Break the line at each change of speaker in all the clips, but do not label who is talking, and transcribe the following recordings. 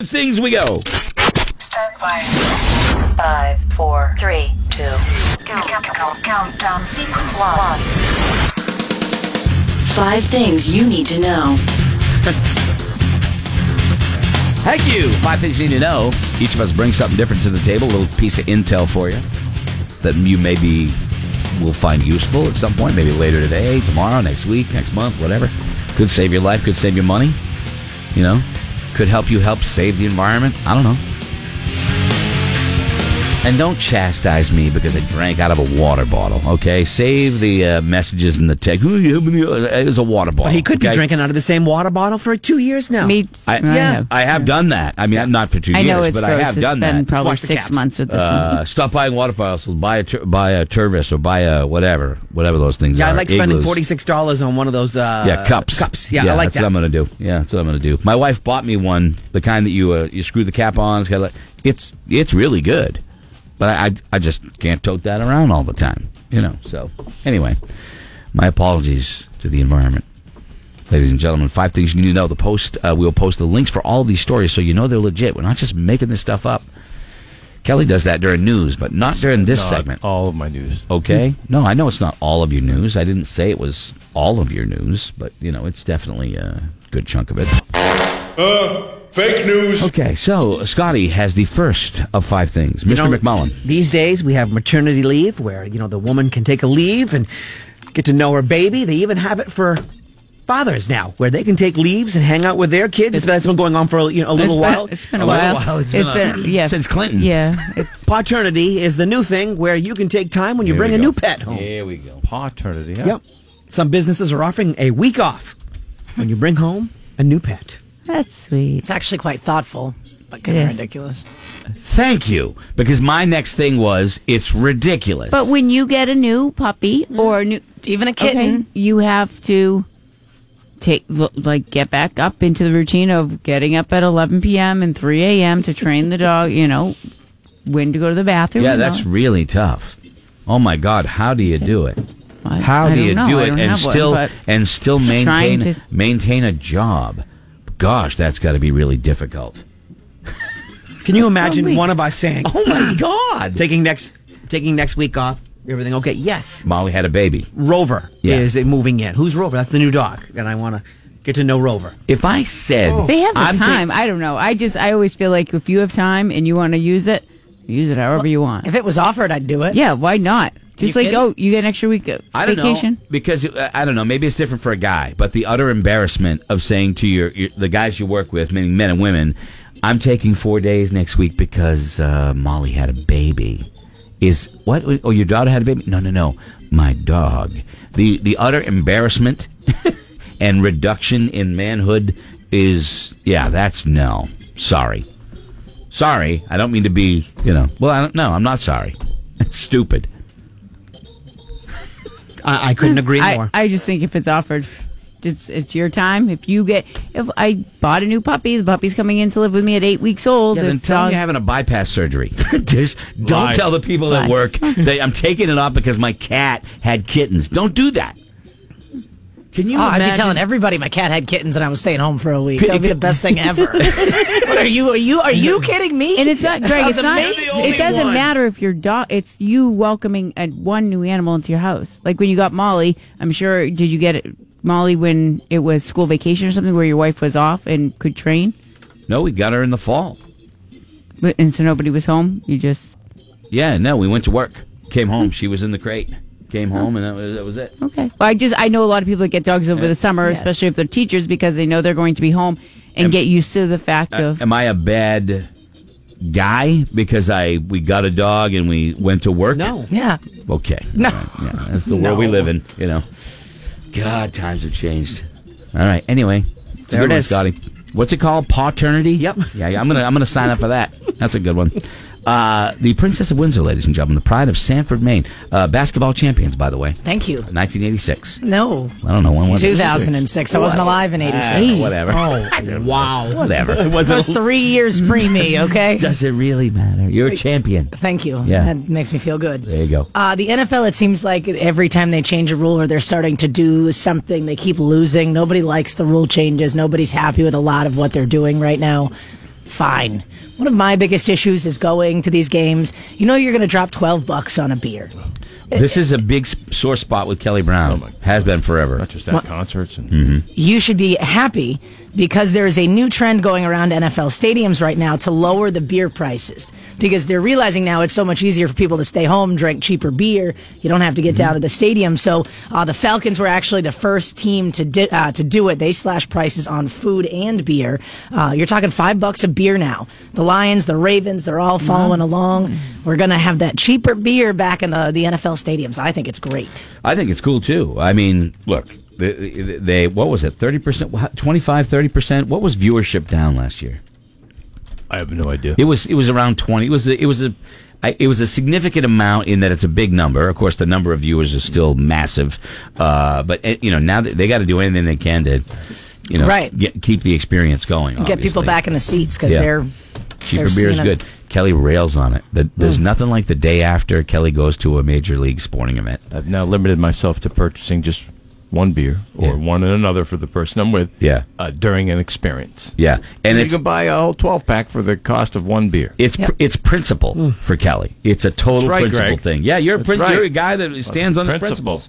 things we go.
Stand by. Five, four, three, two. Count, count, count, countdown sequence one. Five things you need to know.
Thank you. Five things you need to know. Each of us brings something different to the table, a little piece of intel for you that you maybe will find useful at some point, maybe later today, tomorrow, next week, next month, whatever. Could save your life, could save your money, you know, could help you help save the environment. I don't know. And don't chastise me because I drank out of a water bottle, okay? Save the uh, messages in the text. It was a water bottle.
But he could be
okay?
drinking out of the same water bottle for two years now.
Me,
I,
no, I
yeah,
have.
I have done that. I mean, I'm not for two
I
years,
know it's
but
gross.
I have
It's
done
been
that.
probably
Watch the
six
caps.
months with this one.
uh, stop buying water fossils. Buy a tur- buy a turvis or buy a whatever, whatever those things
yeah,
are.
I like spending
Igloos.
forty six dollars on one of those. Uh,
Yeah, cups.
Cups. Yeah, I like
that's What I'm
that.
gonna do. Yeah, that's what I'm gonna do. My wife bought me one, the kind that you uh, you screw the cap on. It's got like it's it's really good, but I, I I just can't tote that around all the time, you know. So anyway, my apologies to the environment. Ladies and gentlemen, five things you need to know. The post uh, we'll post the links for all of these stories, so you know they're legit. We're not just making this stuff up. Kelly does that during news, but not during this
Not
segment.
All of my news.
Okay. No, I know it's not all of your news. I didn't say it was all of your news, but you know, it's definitely a good chunk of it.
Fake news.
Okay, so Scotty has the first of five things. Mr.
You know,
McMullen.
These days we have maternity leave, where you know the woman can take a leave and get to know her baby. They even have it for fathers now, where they can take leaves and hang out with their kids. that's been going on for you know, a little
It's been-
while.
It's been uh, a,
little
while.
while. It's been a-
yeah.
since Clinton.
Yeah. It's,
Paternity is the new thing where you can take time when you
Here
bring
we
a
go.
new pet home.
Here we go.
Paternity. Yeah.
Yep. Some businesses are offering a week off when you bring home a new pet.
that's sweet.
It's actually quite thoughtful, but kind of
Yes.
ridiculous.
Thank you. Because my next thing was it's ridiculous.
But when you get a new puppy or a new
Even a
okay,
kitten.
you have to take l- like get back up into the routine of getting up at 11 p.m. and 3 a.m. to train the dog. You know when to go to the bathroom.
yeah,
and
that's
all.
really tough. Oh my God, how do you do it?
I-
How
I
do
don't
you
know.
do
I
it
don't
and
have one,
still
but
and still
trying
maintain
to-
maintain a job? Gosh, that's got to be really difficult.
Can you imagine
week.
one of us saying,
Oh my God!
taking next taking next week off, everything okay? Yes.
Molly had a baby.
Rover
Yeah.
is moving in. Who's Rover? That's the new dog, and I want to get to know Rover.
If I said
Oh. they have the
I'm ta-
time. I don't know. I just I always feel like if you have time and you want to use it, use it however you want.
If it was offered, I'd do it.
Yeah, why not? Just like
kidding?
oh, you get an extra week of
I don't
vacation.
know because uh, I don't know. Maybe it's different for a guy, but the utter embarrassment of saying to your, your the guys you work with, meaning men and women, I'm taking four days next week because uh, Molly had a baby. Is what? Oh, your daughter had a baby? No, no, no. My dog. The the utter embarrassment and reduction in manhood is yeah. That's no. Sorry, sorry. I don't mean to be you know. Well, I don't. No, I'm not sorry. It's stupid.
I, I couldn't agree
I,
more.
I just think if it's offered, it's it's your time. If you get, if I bought a new puppy, the puppy's coming in to live with me at eight weeks old.
Yeah, then
it's
tell
all-
me you're having a bypass surgery. Just don't
Lie.
tell the people that
Lie.
work that I'm taking it off because my cat had kittens. Don't do that. Can you
Oh, I'd
imagine?
be telling everybody my cat had kittens and I was staying home for a week.
Could-
That would be the
could-
best thing ever. what are you? Are you? Are you kidding me?
and it's not
That
Greg.
sounds
It's not.
amazing.
It doesn't matter if your dog. It's you welcoming a, one new animal into your house. Like when you got Molly, I'm sure. Did you get it, Molly when it was school vacation or something where your wife was off and could train,
no, we got her in the fall.
but and so nobody was home? You just
Yeah, no, we went to work. Came home. She was in the crate. Came home, and that was, that was it.
Okay. Well, I just I know a lot of people that get dogs over the summer, especially if they're teachers, because they know they're going to be home and, get used to the fact
Uh,
of.
am I a bad guy because I we got a dog and we went to work?
no.
Yeah.
Okay.
No.
All right, Yeah, that's the world we
No.
live in. You know. God, times have changed. All right. Anyway, it's a
There
good
it
one,
is.
Scotty. What's it called? Paternity.
Yep.
Yeah, yeah. I'm gonna I'm gonna sign up for that. That's a good one. Uh, the Princess of Windsor, ladies and gentlemen, the pride of Sanford, Maine, uh, basketball champions, by the way,
Thank you.
1986.
No.
I don't know when was it?
2006. I wasn't alive in
Ah,
86.
whatever.
Oh, wow.
Whatever.
It was three years pre me, okay?
Does it really matter? You're a champion.
Thank you.
Yeah.
That makes me feel good.
There you go.
Uh, the NFL, it seems like every time they change a rule or they're starting to do something, they keep losing. Nobody likes the rule changes. Nobody's happy with a lot of what they're doing right now. fine. One of my biggest issues is going to these games. You know, you're going to drop 12 bucks on a beer.
This is a big s- sore spot with Kelly Brown.
Oh my God.
Has been forever.
Not just that,
What?
concerts and
Mm-hmm.
you should be happy because there is a new trend going around NFL stadiums right now to lower the beer prices because they're realizing now it's so much easier for people to stay home, drink cheaper beer. You don't have to get down to the stadium. So uh, the Falcons were actually the first team to di- uh, to do it. They slashed prices on food and beer. Uh, you're talking five bucks a beer now. The Lions, the Ravens, they're all following
Mm-hmm.
along. We're gonna have that cheaper beer back in the, the NFL stadiums. I think it's great.
I think it's cool too. I mean, look, they, they what was it? 30%, 25, 30%? What was viewership down last year?
I have no idea.
It was it was around twenty. It was a, it was a I- it was a significant amount in that it's a big number. Of course, the number of viewers is still massive, uh, but eh, you know now they, they got to do anything they can to, you know,
Right.
get, keep the experience going.
Get people
obviously.
back in the seats because
Yeah.
they're
Cheaper
they're
beer is
seeing Mm. it.
good. Kelly rails on it. The, there's nothing like the day after Kelly goes to a major league sporting event.
I've now limited myself to purchasing just one beer or
Yeah.
one and another for the person I'm with.
Yeah.
uh, during an experience.
Yeah, and
you
it's
can buy a whole twelve pack for the cost of one beer.
It's
Yep.
pr- it's principle
Hmm.
for Kelly. It's a total
That's right,
principle
Greg.
thing. Yeah, you're a
That's
prin-
right.
you're a guy that stands on his
Principles.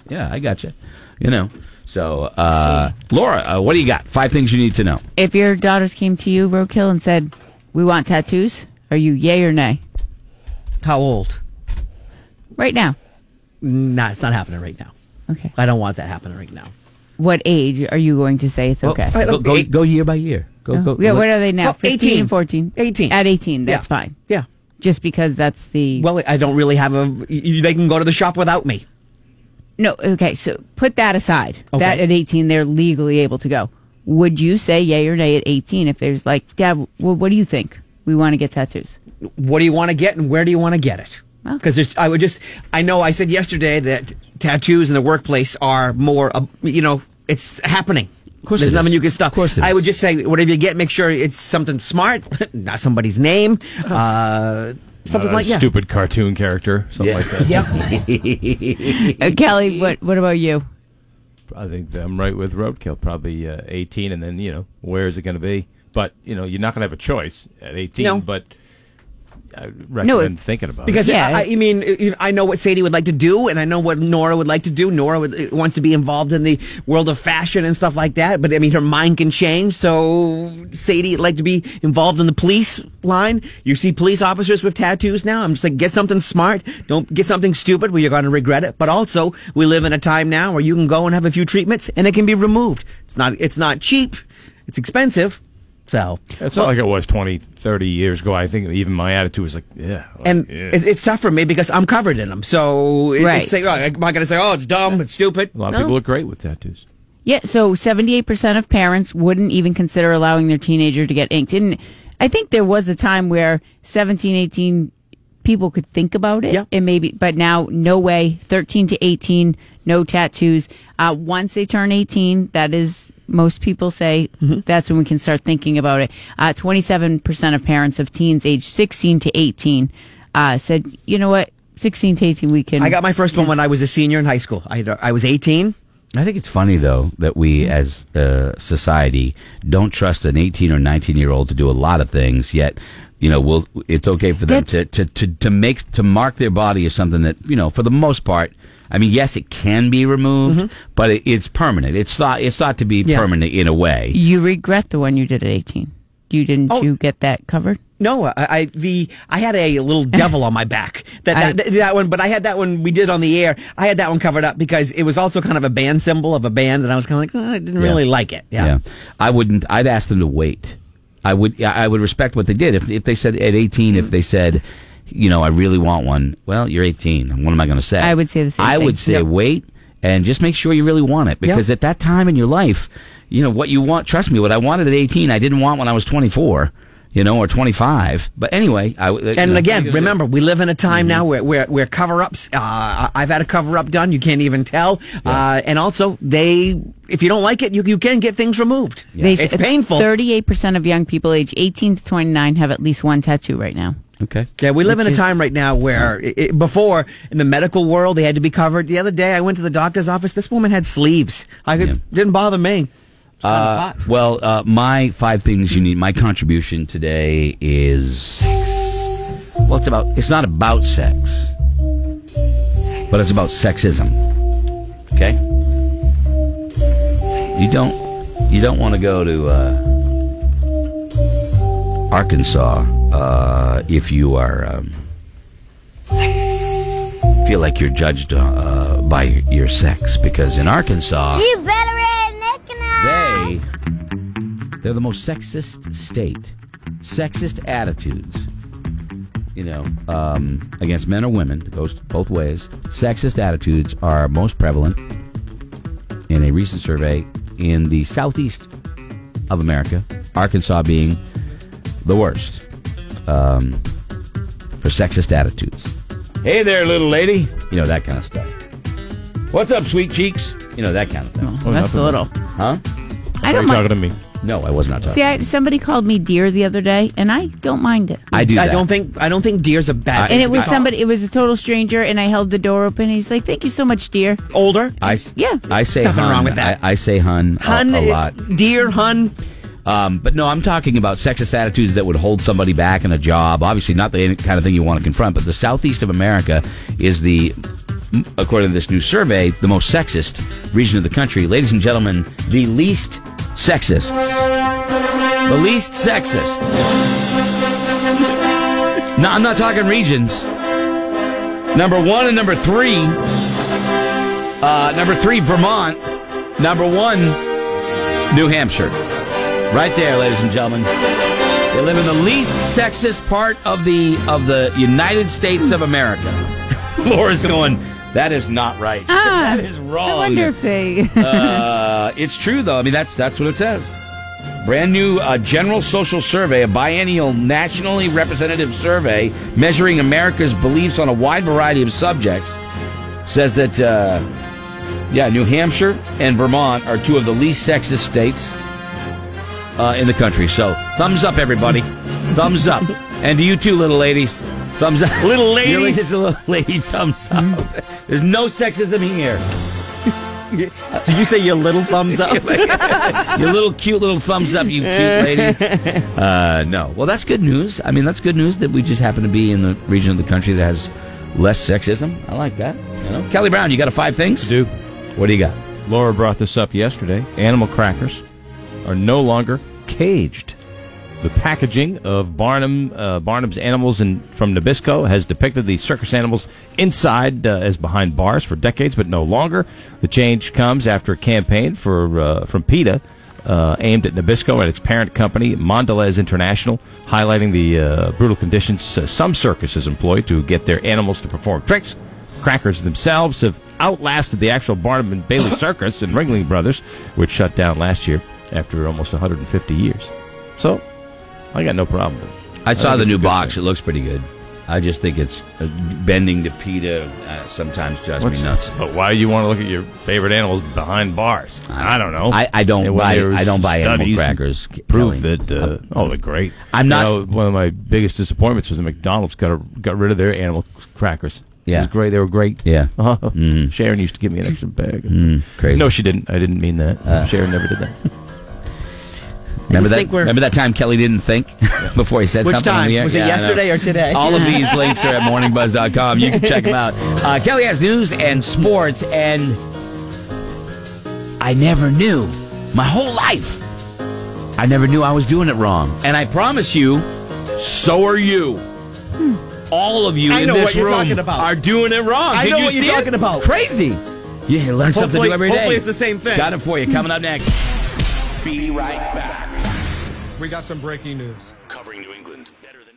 principles. Yeah, I got you. You know. So, uh, Laura, uh, what do you got? Five things you need to know.
If your daughters came to you, Roadkill, and said, "We want tattoos," are you yay or nay?
How old?
Right now.
Nah, it's not happening right now.
Okay.
I don't want that happening right now.
What age are you going to say it's okay?
I-
Go, go,
Eight-
go year by year. Go go.
yeah, what are they now?
Well,
15,
18.
14?
18.
At 18, that's
Yeah.
fine.
Yeah.
Just because that's the.
Well, I don't really have a. You, they can go to the shop without me.
no, okay, so put that aside.
Okay.
That at 18, they're legally able to go. Would you say yay or nay at 18 if there's like, Dad, well, what do you think? We want to get tattoos.
What do you want to get and where do you want to get it?
Well-
Because I would just. I know I said yesterday that tattoos in the workplace are more. Uh, you know, it's happening. Of
course
There's
it is.
nothing you can stop.
Of course it
I
is.
would just say whatever you get, make sure it's something smart, not somebody's name,
Uh-huh.
uh, something
Not a
like yeah.
stupid cartoon character, something
Yeah.
like that.
Yeah.
Uh, Kelly, what, what about you?
I think that I'm right with Roadkill. Probably uh, 18, and then you know where is it going to be? But you know you're not going to have a choice at 18.
No.
But I recommend no,
if-
thinking about
Because
it.
Yeah.
I, I mean, you know, I know what Sadie would like to do, and I know what Nora would like to do. Nora would, uh, wants to be involved in the world of fashion and stuff like that. But I mean, her mind can change. So Sadie would like to be involved in the police line. You see police officers with tattoos now. I'm just like, get something smart. Don't get something stupid where you're going to regret it. But also, we live in a time now where you can go and have a few treatments, and it can be removed. It's not. It's not cheap. It's expensive. So
It's not like it was 20, 30 years ago. I think even my attitude was like, yeah. like,
and
yeah.
it's, it's tough for me because I'm covered in them. So it,
Right.
it's like, oh, am I going to say, oh, it's dumb, it's stupid?
a lot of
No.
people look great with tattoos.
Yeah, so 78% of parents wouldn't even consider allowing their teenager to get inked. And I think there was a time where 17, 18 people could think about it
Yeah.
and maybe but now no way 13 to 18 no tattoos uh, once they turn 18 that is most people say
Mm-hmm.
that's when we can start thinking about it uh, 27% of parents of teens aged 16 to 18 uh, said you know what 16 to 18 we can
I got my first one when I was a senior in high school. I, had- I was 18.
I think it's funny though that we as a society don't trust an 18 or 19 year old to do a lot of things yet you know we'll, it's okay for them to, to, to, to make to mark their body as something that you know for the most part I mean yes it can be removed but it, it's permanent it's thought it's thought to be
Yeah.
permanent in a way
You regret the one you did at 18. You didn't
Oh.
you get that covered?
No, I, I the I had a little devil on my back.
I-
That that, that one, but I had that one we did on the air. I had that one covered up because it was also kind of a band symbol of a band, and I was kind of like, oh, I didn't
Yeah.
really like it. Yeah.
I wouldn't. I'd ask them to wait. I would. I would respect what they did. If if they said at eighteen, if they said, you know, I really want one. Well, you're eighteen. and What am I going to say?
I would say the same
I
thing.
would say
Yep.
wait and just make sure you really want it because at that time in your life, you know what you want. Trust me, what I wanted at eighteen, I didn't want when I was twenty four. You know, or twenty five. But anyway, I would- you
And
know,
again, remember, we live in a
Mm-hmm.
time now where where, where cover ups. Uh, I- I've had a cover up done. You can't even tell. Uh, and also, they if you don't like it, you you can get things removed. It's painful.
38% of young people age 18 to 29 have at least one tattoo right now.
Oh,
Okay.
yeah, we live in a
which is-
time right now where
Mm-hmm.
i i before in the medical world they had to be covered. The other day, I went to the doctor's office. This woman had sleeves. I could,
Yeah.
didn't bother me.
Uh, well, uh, my five things you need. My contribution today is sex. Well, it's about. It's not about sex, but it's about sexism. Okay. You don't. You don't want to go to uh, Arkansas uh, if you are. Um, Feel like you're judged uh, by your sex because in Arkansas.
You better add Nick and I.
They, they're the most sexist state. Sexist attitudes, you know, um, against men or women, it goes both ways. Sexist attitudes are most prevalent in a recent survey in the southeast of America, Arkansas being the worst um, for sexist attitudes. Hey there, little lady. You know, that kind of stuff. What's up, sweet cheeks? You know, that kind of thing.
Oh,
that's
nothing.
a little.
Huh?
I
Why are
don't
you talking
mind.
to me?
No, I was not talking.
See, I, somebody called me dear the other day, and I don't mind it.
I do.
I
that.
don't think I don't think deer's a bad.
I-
and it was
I-
somebody. It was a total stranger, and I held the door open. And he's like, "Thank you so much, dear."
older.
I
Yeah.
I say
Nothing
hun.
wrong with that.
I, I say hun, Oh, a-
Hun,
a, lot.
deer, hun.
Um, but no, I'm talking about sexist attitudes that would hold somebody back in a job. Obviously, not the kind of thing you want to confront. But the southeast of America is the, m- according to this new survey, the most sexist region of the country. Ladies and gentlemen, the least sexist. The least sexist. No, I'm not talking regions. Number one and number three. Uh, number three, Vermont. Number one, New Hampshire. Right there, ladies and gentlemen. They live in the least sexist part of the of the United States of America. Laura's going. That is not right.
Ah,
that is wrong.
I wonder if they.
Uh, it's true though. I mean, that's that's what it says. Brand new uh, general social survey, a biennial nationally representative survey measuring America's beliefs on a wide variety of subjects, says that uh, yeah, New Hampshire and Vermont are two of the least sexist states uh, in the country. So thumbs up, everybody, thumbs up, and to you too, little ladies, thumbs up,
Little
Your
ladies.
latest little lady, thumbs up. There's no sexism here.
Did you say your little thumbs up?
Your little cute little thumbs up, you cute ladies. Uh, no. Well, that's good news. I mean, that's good news that we just happen to be in the region of the country that has less sexism. I like that. You know, Kelly Brown, you got a five things?
Do
What do you got?
Laura brought this up yesterday. Animal crackers are no longer caged. The packaging of Barnum uh, Barnum's animals in, from Nabisco has depicted the circus animals inside uh, as behind bars for decades, but no longer. The change comes after a campaign for uh, from PETA uh, aimed at Nabisco and its parent company Mondelez International, highlighting the uh, brutal conditions uh, some circuses employ to get their animals to perform tricks. Crackers themselves have outlasted the actual Barnum and Bailey Circus and Ringling Brothers, which shut down last year after almost 150 years. So, I got no problem with it.
I saw
think
the
it's a
new
good
box.
thing.
It looks pretty good. I just think it's uh, bending to PETA uh, sometimes drives me nuts.
But why do you want to look at your favorite animals behind bars? I don't know.
I- I don't
And when
buy-
there's
I don't buy animal
studies
crackers,
that Prove
Kelly.
that. Uh, oh, they're great.
I'm
You
not-
know, one of my biggest disappointments was that McDonald's got a, got rid of their animal crackers.
Yeah.
it was great. They were great.
Yeah. Mm-hmm.
Sharon used to give me an extra bag.
Crazy.
No, she didn't. I didn't mean that.
Uh.
Sharon never did that.
remember
just
that?
think we're-
Remember that time Kelly didn't think before he said
Which
something? on
time?
the air?
Was it
I know.
yesterday or today?
All of these links are at morningbuzz.com. You can check them out. Uh, Kelly has news and sports, and I never knew my whole life. I never knew I was doing it wrong. And I promise you, so are you. All of you
Hmm. I
in
know
this
what you're
room
talking about.
are doing it wrong.
I
Did
know
you
what you're
see it?
talking about.
Crazy. Yeah, you learn something
Hopefully-
new every day.
hopefully it's the same thing.
Got it for you. Coming up next.
We got some breaking news.